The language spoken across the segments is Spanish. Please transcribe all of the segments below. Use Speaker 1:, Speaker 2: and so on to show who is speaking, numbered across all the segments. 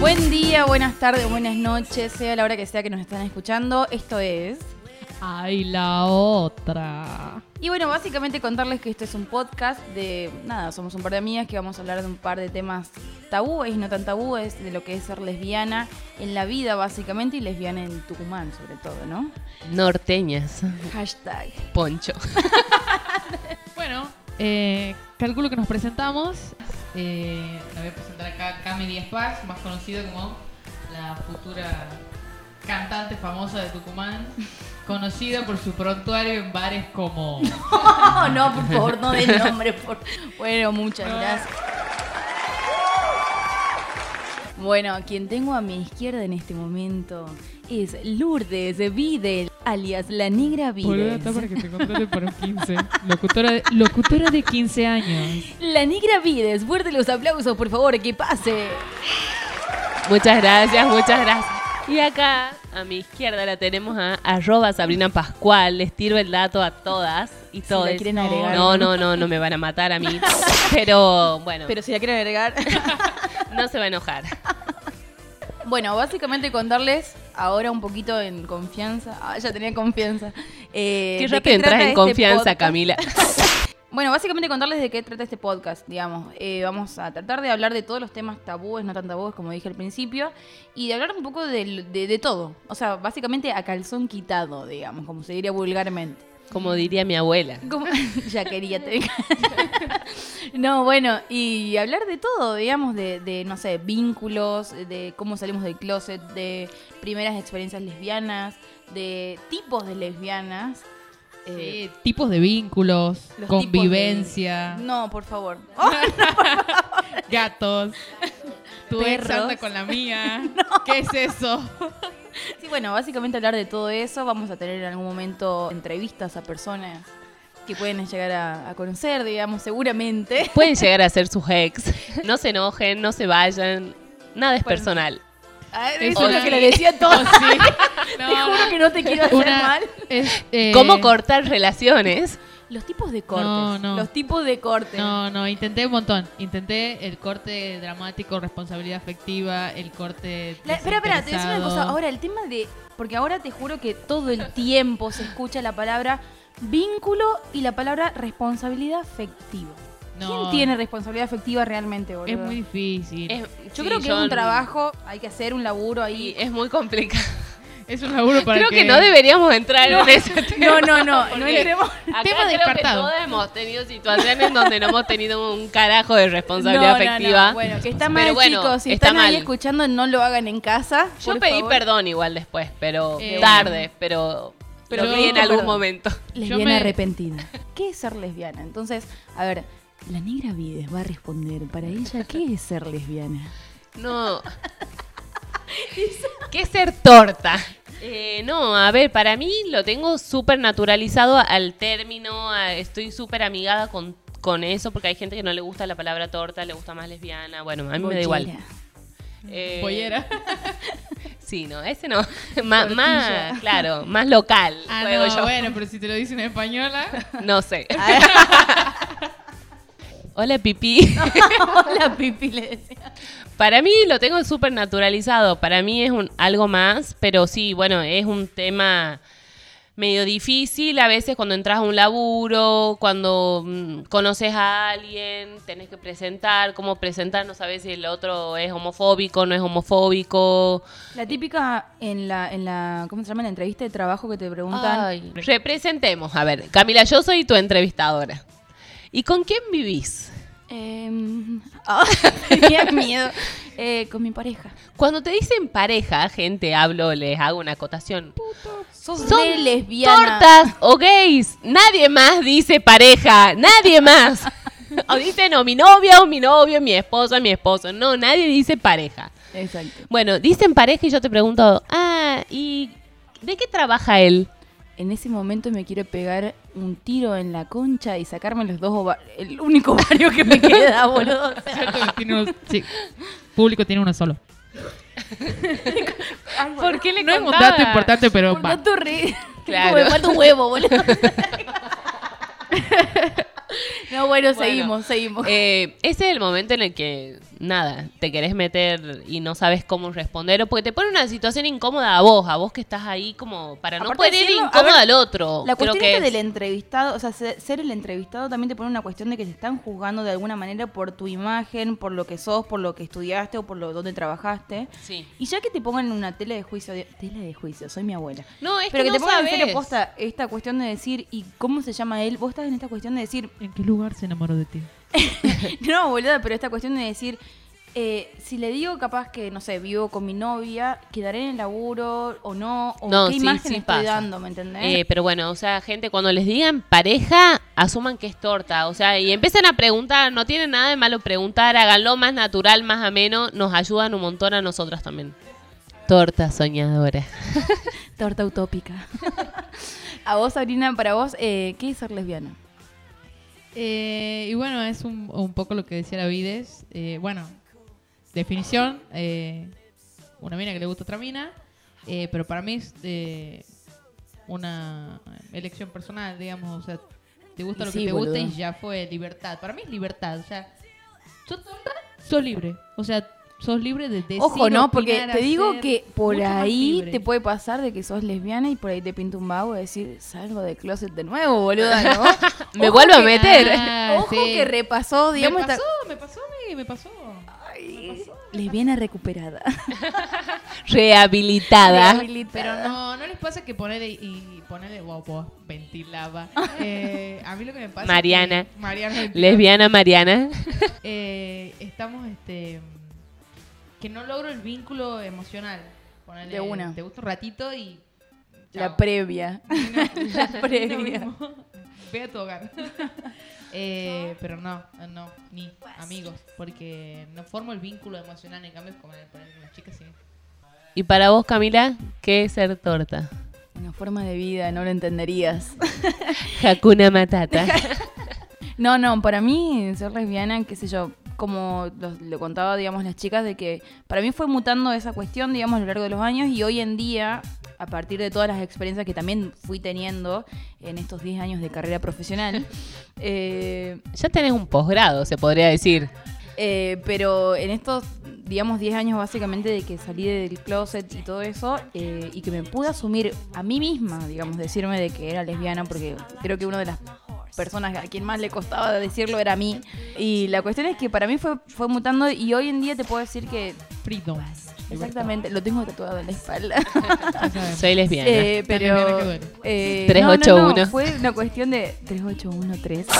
Speaker 1: Buen día, buenas tardes, buenas noches, sea la hora que sea que nos están escuchando. Esto es.
Speaker 2: Ay, la otra.
Speaker 1: Y bueno, básicamente contarles que esto es un podcast de. Nada, somos un par de amigas que vamos a hablar de un par de temas tabúes, no tan tabúes, de lo que es ser lesbiana en la vida, básicamente, y lesbiana en Tucumán, sobre todo, ¿no?
Speaker 3: Norteñas.
Speaker 1: Hashtag.
Speaker 3: Poncho.
Speaker 2: Bueno, eh, calculo que nos presentamos. Eh, la voy a presentar acá Cami Díaz Paz, más conocida como la futura cantante famosa de Tucumán, conocida por su prontuario en bares como...
Speaker 1: No, no, por favor, no den nombre. Por... Ah. Bueno, muchas gracias. Bueno, quien tengo a mi izquierda en este momento es Lourdes Videl, alias la Negra
Speaker 2: Boluda,
Speaker 1: Videl.
Speaker 2: está para que te contraten para un 15. Locutora de, locutora de 15 años.
Speaker 1: La Negra Vides, fuerte los aplausos, por favor, que pase.
Speaker 3: Muchas gracias, muchas gracias. Y acá, a mi izquierda, la tenemos a arroba Sabrina Pascual. Les tiro el dato a todas y todos.
Speaker 1: la quieren agregar.
Speaker 3: No, no, no, no me van a matar a mí. Pero bueno,
Speaker 1: Pero si la quieren agregar.
Speaker 3: no se va a enojar.
Speaker 1: bueno, básicamente contarles ahora un poquito en confianza. Ah, ya tenía confianza. Eh,
Speaker 3: Qué
Speaker 1: ¿de
Speaker 3: rápido entras
Speaker 1: trata
Speaker 3: en
Speaker 1: este
Speaker 3: confianza,
Speaker 1: podcast?
Speaker 3: Camila.
Speaker 1: Bueno, básicamente contarles de qué trata este podcast, digamos. Eh, vamos a tratar de hablar de todos los temas tabúes, no tan tabúes como dije al principio, y de hablar un poco del- de, de todo. O sea, básicamente a calzón quitado, digamos, como se diría vulgarmente.
Speaker 3: Como diría mi abuela.
Speaker 1: Como- ya quería te No, bueno, y hablar de todo, digamos, de, de, no sé, vínculos, de cómo salimos del closet, de primeras experiencias lesbianas, de tipos de lesbianas. Eh,
Speaker 2: Eh, tipos de vínculos,
Speaker 1: los tipos de-
Speaker 2: convivencia,
Speaker 1: No, por favor.
Speaker 2: gatos. Tu ex
Speaker 1: Perros.
Speaker 2: anda con la mía. ¿Qué es eso?
Speaker 1: Sí, bueno, básicamente hablar de todo eso. Vamos a tener en algún momento entrevistas a personas que pueden llegar a, a conocer, digamos, seguramente.
Speaker 3: Pueden llegar a ser sus ex. No se enojen, no se vayan. Nada es
Speaker 1: Bueno.
Speaker 3: personal.
Speaker 1: Ay,
Speaker 2: Es
Speaker 1: Eso es lo
Speaker 2: una-
Speaker 1: que le decía a todos.
Speaker 2: Oh, sí.
Speaker 1: Te
Speaker 2: No.
Speaker 1: juro que no te quiero hacer
Speaker 2: Una-
Speaker 1: mal.
Speaker 2: es, eh,
Speaker 3: ¿Cómo cortar relaciones?
Speaker 1: Los tipos de cortes.
Speaker 2: No, no.
Speaker 1: Los tipos de cortes.
Speaker 2: No, no, intenté un montón. Intenté el corte dramático, responsabilidad afectiva, el corte.
Speaker 1: La- espera, espera, te voy a decir una cosa.
Speaker 2: desinteresado.
Speaker 1: Ahora, el tema de. Porque ahora te juro que todo el tiempo se escucha la palabra vínculo y la palabra responsabilidad afectiva.
Speaker 2: No,
Speaker 1: ¿Quién tiene responsabilidad afectiva realmente, boludo?
Speaker 2: Es muy difícil.
Speaker 3: Es-
Speaker 2: Es,
Speaker 1: eh, Yo
Speaker 3: sí,
Speaker 1: creo que
Speaker 3: yo
Speaker 1: es un
Speaker 3: n-
Speaker 1: trabajo, hay que hacer un laburo
Speaker 3: Y
Speaker 1: ahí.
Speaker 3: es muy complicado.
Speaker 2: un laburo para
Speaker 3: Creo que no deberíamos entrar en ese tema.
Speaker 1: No, no, no, no
Speaker 3: Porque
Speaker 1: entremos.
Speaker 3: Acá
Speaker 2: Tema
Speaker 3: creo
Speaker 2: descartado.
Speaker 3: que todos hemos tenido situaciones donde no hemos tenido un carajo de responsabilidad
Speaker 1: No, no, no.
Speaker 3: afectiva.
Speaker 1: Bueno, que está
Speaker 3: Pero
Speaker 1: mal,
Speaker 3: bueno,
Speaker 1: chicos. Si
Speaker 3: está
Speaker 1: están ahí
Speaker 3: mal.
Speaker 1: escuchando, no lo hagan en casa.
Speaker 3: Yo
Speaker 1: por
Speaker 3: pedí
Speaker 1: favor.
Speaker 3: perdón igual después, pero
Speaker 2: Eh,
Speaker 3: tarde, pero,
Speaker 2: pero
Speaker 3: lo pedí en
Speaker 2: yo-
Speaker 3: algún
Speaker 1: perdón.
Speaker 3: momento.
Speaker 1: Lesbiana
Speaker 2: Yo me-
Speaker 1: arrepentida. ¿Qué es ser lesbiana? Entonces, a ver, la negra Vides va a responder. Para ella, ¿qué es ser lesbiana?
Speaker 3: No. ¿Qué es ser torta? Eh, no, a ver, para mí lo tengo súper naturalizado al término, a- estoy súper amigada con, con eso, porque hay gente que no le gusta la palabra torta, le gusta más lesbiana, bueno, a mí me da igual.
Speaker 1: Bochera.
Speaker 3: Eh,
Speaker 2: Pollera.
Speaker 3: Sí, no, ese no. Má-
Speaker 1: Tortilla.
Speaker 3: más, claro, más local.
Speaker 2: Ah,
Speaker 3: juego
Speaker 2: no,
Speaker 3: yo.
Speaker 2: bueno, pero si te lo dicen en española.
Speaker 3: No sé. Hola, pipí.
Speaker 1: Hola, Pipi, le decía.
Speaker 3: Para mí lo tengo súper naturalizado. Para mí es un, algo más, pero sí, bueno, es un tema medio difícil a veces cuando entras a un laburo, cuando mm, conoces a alguien, tenés que presentar, cómo presentar, no sabes si el otro es homofóbico, no es homofóbico.
Speaker 1: La típica en la, en la, ¿cómo se llama? En la entrevista de trabajo que te preguntan.
Speaker 3: Ay. Representemos. A ver, Camila, yo soy tu entrevistadora. ¿Y con quién vivís?
Speaker 1: em, ah, tenía miedo. Eh, con mi pareja.
Speaker 3: Cuando te dicen pareja, gente, hablo, les hago una acotación.
Speaker 1: Sos
Speaker 3: Son
Speaker 1: re lesbiana.
Speaker 3: Tortas o gays. Nadie más dice pareja. Nadie más. O dicen o mi novia o mi novio, mi esposa, mi esposo. No, nadie dice pareja.
Speaker 1: Exacto.
Speaker 3: Bueno, dicen pareja y yo te pregunto, ah, ¿y de qué trabaja él?
Speaker 1: En ese momento me quiero pegar un tiro en la concha y sacarme los dos ovarios. El único ovario que me queda, boludo. O sea,
Speaker 2: Cierto que tiene uno- sí, público tiene uno solo.
Speaker 1: ay,
Speaker 3: ¿Por qué le
Speaker 2: No es un
Speaker 3: contaba?
Speaker 2: dato importante, pero
Speaker 1: por
Speaker 2: va.
Speaker 1: tanto re.
Speaker 3: Claro.
Speaker 1: Como me falta un huevo, boludo. No, bueno,
Speaker 3: Bueno,
Speaker 1: seguimos, seguimos.
Speaker 3: Eh, ese es el momento en el que, nada, te querés meter y no sabes cómo responder, o porque te pone una situación incómoda a vos, a vos que estás ahí como para no
Speaker 1: Aparte
Speaker 3: poder ir
Speaker 1: decirlo, a
Speaker 3: incómodo
Speaker 1: ver,
Speaker 3: al otro.
Speaker 1: La
Speaker 3: Creo
Speaker 1: cuestión
Speaker 3: que
Speaker 1: esta
Speaker 3: es-
Speaker 1: del entrevistado, o sea, se- ser el entrevistado también te pone una cuestión de que te están juzgando de alguna manera por tu imagen, por lo que sos, por lo que estudiaste o por lo donde trabajaste.
Speaker 3: Sí.
Speaker 1: Y ya que te pongan en una tela de juicio, de- tela de juicio, soy mi abuela.
Speaker 3: No, es
Speaker 1: Pero que,
Speaker 3: que,
Speaker 1: te
Speaker 3: no
Speaker 1: pongan en
Speaker 3: sabes.
Speaker 1: serio posta ¿eh? esta cuestión de decir, ¿y cómo se llama él? Vos estás en esta cuestión de decir,
Speaker 2: ¿En qué lugar se enamoró de ti?
Speaker 1: no, boluda, pero esta cuestión de decir, eh, si le digo capaz que, no sé, vivo con mi novia, ¿quedaré en el laburo o no? ¿O
Speaker 3: No,
Speaker 1: qué
Speaker 3: sí,
Speaker 1: imagen
Speaker 3: sí
Speaker 1: estoy
Speaker 3: pasa.
Speaker 1: dando, me entendés?
Speaker 3: Eh, pero bueno, o sea, gente, cuando les digan pareja, asuman que es torta. O sea, y empiezan a preguntar, no tiene nada de malo preguntar, háganlo más natural, más ameno, nos ayudan un montón a nosotras también. Torta soñadora.
Speaker 1: Torta utópica. a vos, Sabrina, para vos, eh, ¿qué es ser lesbiana?
Speaker 2: Eh, y bueno, es un, un poco lo que decía la Vides. Eh, bueno, definición, eh, una mina que le gusta otra mina, eh, pero para mí es eh, una elección personal, digamos, o sea, te gusta
Speaker 1: Y
Speaker 2: lo
Speaker 1: sí,
Speaker 2: que te gusta y
Speaker 1: boluda.
Speaker 2: ya fue libertad. Para mí es libertad, o sea, sos tonta, sos libre, o sea, sos libre de decir,
Speaker 1: Ojo, ¿no? Porque
Speaker 2: opinar,
Speaker 1: te digo
Speaker 2: hacer,
Speaker 1: que por
Speaker 2: mucho más
Speaker 1: ahí
Speaker 2: libre.
Speaker 1: te puede pasar de que sos lesbiana y por ahí te pinta un vago y decir, salgo de closet de nuevo, boluda, ¿no?
Speaker 3: Me
Speaker 1: Ojo
Speaker 3: vuelvo a
Speaker 1: que-
Speaker 3: meter.
Speaker 2: Ah,
Speaker 1: Ojo
Speaker 2: sí.
Speaker 1: que repasó, digamos,
Speaker 2: me
Speaker 1: esta-
Speaker 2: pasó, me pasó, me, me pasó.
Speaker 1: Ay, lesbiana recuperada.
Speaker 3: Rehabilitada.
Speaker 2: Pero
Speaker 1: Rehabilitada.
Speaker 2: no, no les pasa que ponerle y ponerle guapo, ventilaba. Eh, a mí lo que me pasa. es
Speaker 3: Mariana.
Speaker 2: que- Mariana. ventilaba.
Speaker 3: Lesbiana Mariana.
Speaker 2: Eh, estamos, este. Que no logro el vínculo emocional. Ponele,
Speaker 1: De una.
Speaker 2: Te gusta un ratito y.
Speaker 1: La
Speaker 2: chao.
Speaker 1: previa. La previa.
Speaker 2: Lo mismo. Ve a tu hogar. Eh, pero no, no, ni
Speaker 1: Pues.
Speaker 2: amigos. Porque no formo el vínculo emocional. En cambio, con poner una chica sí.
Speaker 3: Y para vos, Camila, ¿qué es ser torta?
Speaker 1: Una forma de vida, no lo entenderías.
Speaker 3: Hakuna Matata.
Speaker 1: No, no, para mí ser lesbiana, qué sé yo, como lo, lo contaba, digamos, las chicas, de que para mí fue mutando esa cuestión, digamos, a lo largo de los años y hoy en día, a partir de todas las experiencias que también fui teniendo en estos 10 años de carrera profesional, eh,
Speaker 3: ya tenés un posgrado, se podría decir.
Speaker 1: eh, pero en estos, digamos, 10 años básicamente de que salí del closet y todo eso, eh, y que me pude asumir a mí misma, digamos, decirme de que era lesbiana, porque creo que una de las personas a quien más le costaba decirlo era a mí. Y la cuestión es que para mí fue, fue mutando y hoy en día te puedo decir que
Speaker 2: Freedom.
Speaker 1: Pues. exactamente, lo tengo tatuado en la espalda.
Speaker 2: Ya sabemos.
Speaker 3: Soy lesbiana.
Speaker 1: Eh,
Speaker 2: lesbiana que
Speaker 1: pero
Speaker 2: duele.
Speaker 1: eh,
Speaker 3: 381.
Speaker 1: no, no, no, fue una cuestión de 3813.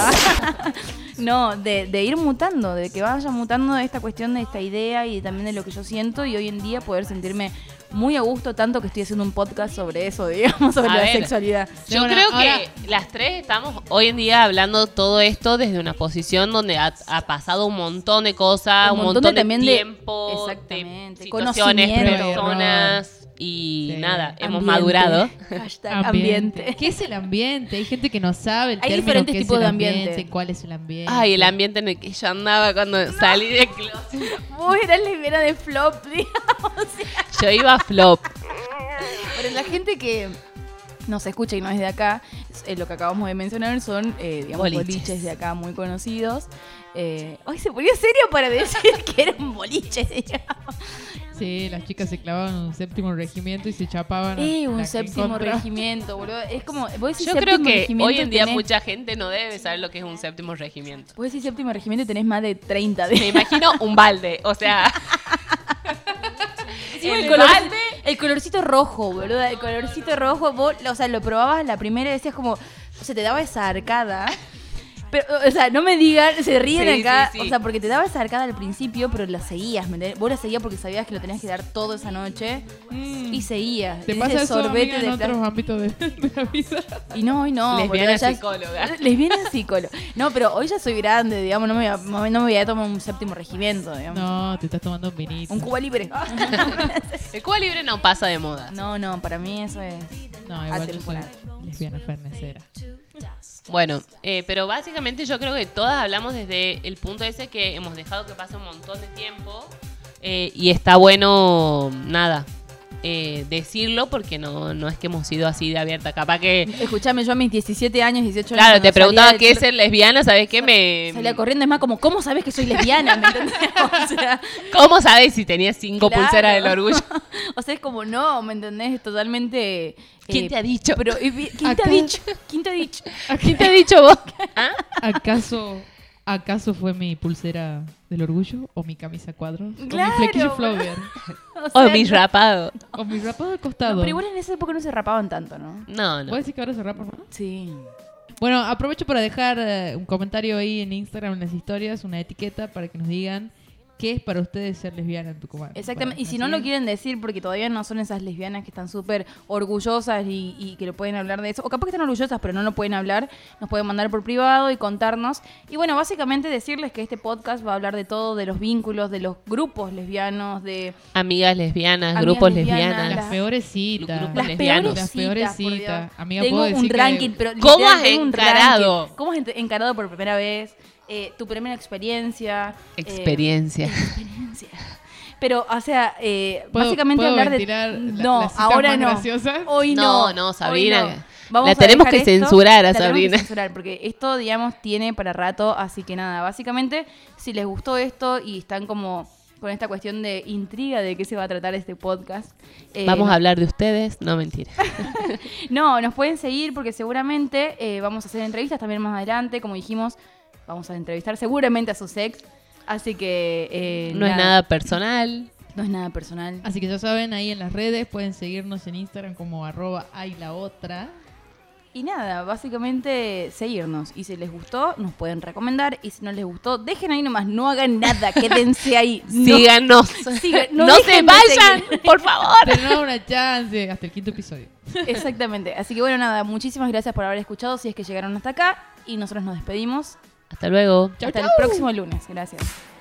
Speaker 1: no, de, de ir mutando, de que vaya mutando esta cuestión de esta idea y también de lo que yo siento y hoy en día poder sentirme muy a gusto tanto que estoy haciendo un podcast sobre eso, digamos, sobre
Speaker 3: A
Speaker 1: la
Speaker 3: ver.
Speaker 1: sexualidad.
Speaker 3: Yo
Speaker 2: Bueno,
Speaker 3: creo
Speaker 2: ahora-
Speaker 3: que las tres estamos hoy en día hablando todo esto desde una posición donde ha, ha pasado un montón de cosas, un, montón, de,
Speaker 1: también de-
Speaker 3: tiempo, de
Speaker 1: exactamente,
Speaker 3: situaciones,
Speaker 1: conocimiento.
Speaker 3: personas y
Speaker 2: Sí.
Speaker 3: nada, hemos
Speaker 1: Ambiente.
Speaker 3: madurado.
Speaker 1: Hashtag este ambiente.
Speaker 2: ¿Qué es el ambiente? Hay gente que no sabe el
Speaker 1: Hay
Speaker 2: término
Speaker 1: diferentes
Speaker 2: que es
Speaker 1: tipos
Speaker 2: el
Speaker 1: de ambiente.
Speaker 2: ¿Cuál es el ambiente?
Speaker 3: Ay, el ambiente en el que yo andaba cuando salí de closet.
Speaker 1: Vos eras lesbiana de flop, digamos.
Speaker 3: Yo iba a flop.
Speaker 1: Pero la gente que nos escucha y no es de acá, eh, lo que acabamos de mencionar son, eh, digamos,
Speaker 3: Boliches.
Speaker 1: boliches. de acá muy conocidos. Eh, hoy se ponía serio para decir que eran boliches. digamos.
Speaker 2: Sí, las chicas se clavaban un séptimo regimiento y se chapaban. a
Speaker 1: Eh, un
Speaker 2: la que
Speaker 1: séptimo
Speaker 2: encontraba.
Speaker 1: regimiento, boludo. Es como, vos decís
Speaker 3: Yo creo
Speaker 1: séptimo
Speaker 3: que
Speaker 1: regimiento
Speaker 3: hoy en día
Speaker 1: tenés-
Speaker 3: mucha gente no debe saber lo que es un séptimo regimiento.
Speaker 1: Vos decís séptimo regimiento y tenés más de 30.
Speaker 3: Me imagino un balde, o sea,
Speaker 1: Encima
Speaker 3: El
Speaker 1: el, color-
Speaker 3: balde.
Speaker 1: el colorcito rojo, boluda. El colorcito rojo, vos, o sea, lo probabas la primera y decías como, o sea, te daba esa arcada. Pero, o sea, no me digan, se ríen
Speaker 3: Sí,
Speaker 1: acá.
Speaker 3: sí, sí.
Speaker 1: O sea, porque te daba esa arcada al principio, pero la seguías, ¿me entendés? Vos la seguías porque sabías que lo tenías que dar todo esa noche.
Speaker 2: Mm.
Speaker 1: Y seguías.
Speaker 2: ¿Te
Speaker 1: Ese
Speaker 2: pasa eso amiga, en
Speaker 1: plástico.
Speaker 2: otros ámbitos de, de la vida?
Speaker 1: Y no, hoy no.
Speaker 3: Lesbiana
Speaker 1: boluda, ya-
Speaker 3: psicóloga.
Speaker 1: Lesbiana psicóloga. No, pero hoy ya soy grande, digamos, no me voy a, no me voy a tomar un séptimo regimiento, digamos.
Speaker 2: No, te estás tomando un vinito.
Speaker 1: Un Cuba libre.
Speaker 3: el Cuba Libre no pasa de moda.
Speaker 1: No, no, para mí eso es.
Speaker 2: No, igual yo soy
Speaker 1: Atemporal.
Speaker 2: lesbiana fernecera.
Speaker 3: Bueno, eh, pero básicamente yo creo que todas hablamos desde el punto ese que hemos dejado que pase un montón de tiempo eh, y está bueno, nada, eh, decirlo porque no, no es que hemos sido así de abierta. Capaz que.
Speaker 1: Escuchame, yo a mis 17 años, 18 años.
Speaker 3: Claro, te
Speaker 1: cuando
Speaker 3: preguntaba
Speaker 1: salía
Speaker 3: qué
Speaker 1: del
Speaker 3: es ser lesbiana, ¿sabes qué?
Speaker 1: cor-
Speaker 3: Me.
Speaker 1: Salía corriendo, es más como, ¿cómo sabes que soy lesbiana? ¿Me entendés? O sea,
Speaker 3: ¿Cómo sabes si tenías cinco
Speaker 1: Claro.
Speaker 3: pulseras del orgullo?
Speaker 1: o sea, es como, no, ¿me entendés? Es totalmente... eh,
Speaker 3: ¿Quién te ha dicho?
Speaker 1: Pero, eh, vi- ¿Quién te ha
Speaker 2: Acá.
Speaker 1: dicho? ¿Quién te ha dicho?
Speaker 2: ¿A
Speaker 3: ¿Quién te ha dicho vos? ¿Ah?
Speaker 2: ¿Acaso, ¿Acaso fue mi pulsera del orgullo? ¿O mi camisa a cuadros? ¿O
Speaker 1: Claro,
Speaker 2: mi flequillo
Speaker 1: boludo.
Speaker 2: flogger?
Speaker 1: O
Speaker 3: O
Speaker 1: sea,
Speaker 3: mi
Speaker 1: no-
Speaker 3: rapado.
Speaker 2: ¿O mi rapado al
Speaker 1: no,
Speaker 2: costado?
Speaker 1: pero igual en esa época no se rapaban tanto, ¿no?
Speaker 3: No,
Speaker 2: ¿Puedes
Speaker 3: no.
Speaker 2: decir que ahora se rapa más?
Speaker 1: Sí.
Speaker 2: Bueno, aprovecho para dejar eh, un comentario ahí en Instagram, en las historias, una etiqueta para que nos digan qué es para ustedes ser lesbiana en Tucumán.
Speaker 1: Exactamente.
Speaker 2: Bueno,
Speaker 1: Y si no
Speaker 2: así.
Speaker 1: lo quieren decir, porque todavía no son esas lesbianas que están súper orgullosas y, y que lo pueden hablar de eso, o capaz que están orgullosas pero no lo pueden hablar, nos pueden mandar por privado y contarnos. Y bueno, básicamente decirles que este podcast va a hablar de todo, de los vínculos, de los grupos lesbianos, de
Speaker 3: Amigas lesbianas,
Speaker 1: Amigas
Speaker 3: grupos
Speaker 1: lesbianas,
Speaker 3: lesbianas.
Speaker 2: Las
Speaker 1: Las-
Speaker 2: peores citas.
Speaker 3: Grupos
Speaker 1: las
Speaker 3: lesbianos.
Speaker 1: peores
Speaker 2: Las
Speaker 1: citas.
Speaker 2: peores
Speaker 1: por
Speaker 2: citas.
Speaker 1: Dios.
Speaker 2: Amiga,
Speaker 1: tengo
Speaker 2: puedo
Speaker 1: un
Speaker 2: decir que-
Speaker 1: ranking, pero
Speaker 3: ¿Cómo
Speaker 1: literal,
Speaker 3: has
Speaker 1: tengo un
Speaker 3: encarado?
Speaker 1: ranking. ¿Cómo has ent- encarado por primera vez? Eh, tu primera experiencia. eh,
Speaker 3: Experiencia.
Speaker 1: experiencia. Pero, o sea, eh,
Speaker 2: ¿Puedo-
Speaker 1: básicamente
Speaker 2: puedo
Speaker 1: hablar de.
Speaker 2: ventilar la-
Speaker 1: no,
Speaker 2: las citas
Speaker 1: ahora
Speaker 2: más
Speaker 1: no.
Speaker 2: graciosas?
Speaker 1: Hoy no.
Speaker 3: No, no,
Speaker 1: hoy
Speaker 3: Sabrina.
Speaker 1: no.
Speaker 3: La
Speaker 1: a
Speaker 3: tenemos
Speaker 1: dejar
Speaker 3: que censurar
Speaker 1: la
Speaker 3: a
Speaker 1: tenemos que
Speaker 3: Sabrina.
Speaker 1: censurar, porque esto, digamos, tiene para rato. Así que nada, básicamente, si les gustó esto y están como con esta cuestión de intriga de qué se va a tratar este podcast. eh,
Speaker 3: Vamos
Speaker 1: nos
Speaker 3: a hablar de ustedes. No, mentira.
Speaker 1: no, nos pueden seguir porque seguramente eh, vamos a hacer entrevistas también más adelante. Como dijimos, vamos a entrevistar seguramente a sus ex. Así que. eh,
Speaker 3: No es nada personal.
Speaker 1: No es nada personal.
Speaker 2: Así que ya saben, ahí en las redes pueden seguirnos en Instagram como arroba hay la otra.
Speaker 1: Y nada, básicamente seguirnos. Y si les gustó, nos pueden recomendar. Y si no les gustó, dejen ahí nomás. No hagan nada. Quédense ahí. No.
Speaker 3: Síganos.
Speaker 1: Sigan-
Speaker 3: No,
Speaker 1: no
Speaker 3: se
Speaker 1: dejen de
Speaker 3: vayan,
Speaker 1: seguir.
Speaker 3: por favor.
Speaker 2: Tenemos una chance hasta el quinto episodio.
Speaker 1: Exactamente. Así que bueno, nada. Muchísimas gracias por haber escuchado. Si es que llegaron hasta acá. Y nosotros nos despedimos.
Speaker 3: Hasta luego.
Speaker 2: Chau,
Speaker 1: hasta
Speaker 2: chau.
Speaker 1: el próximo lunes. Gracias.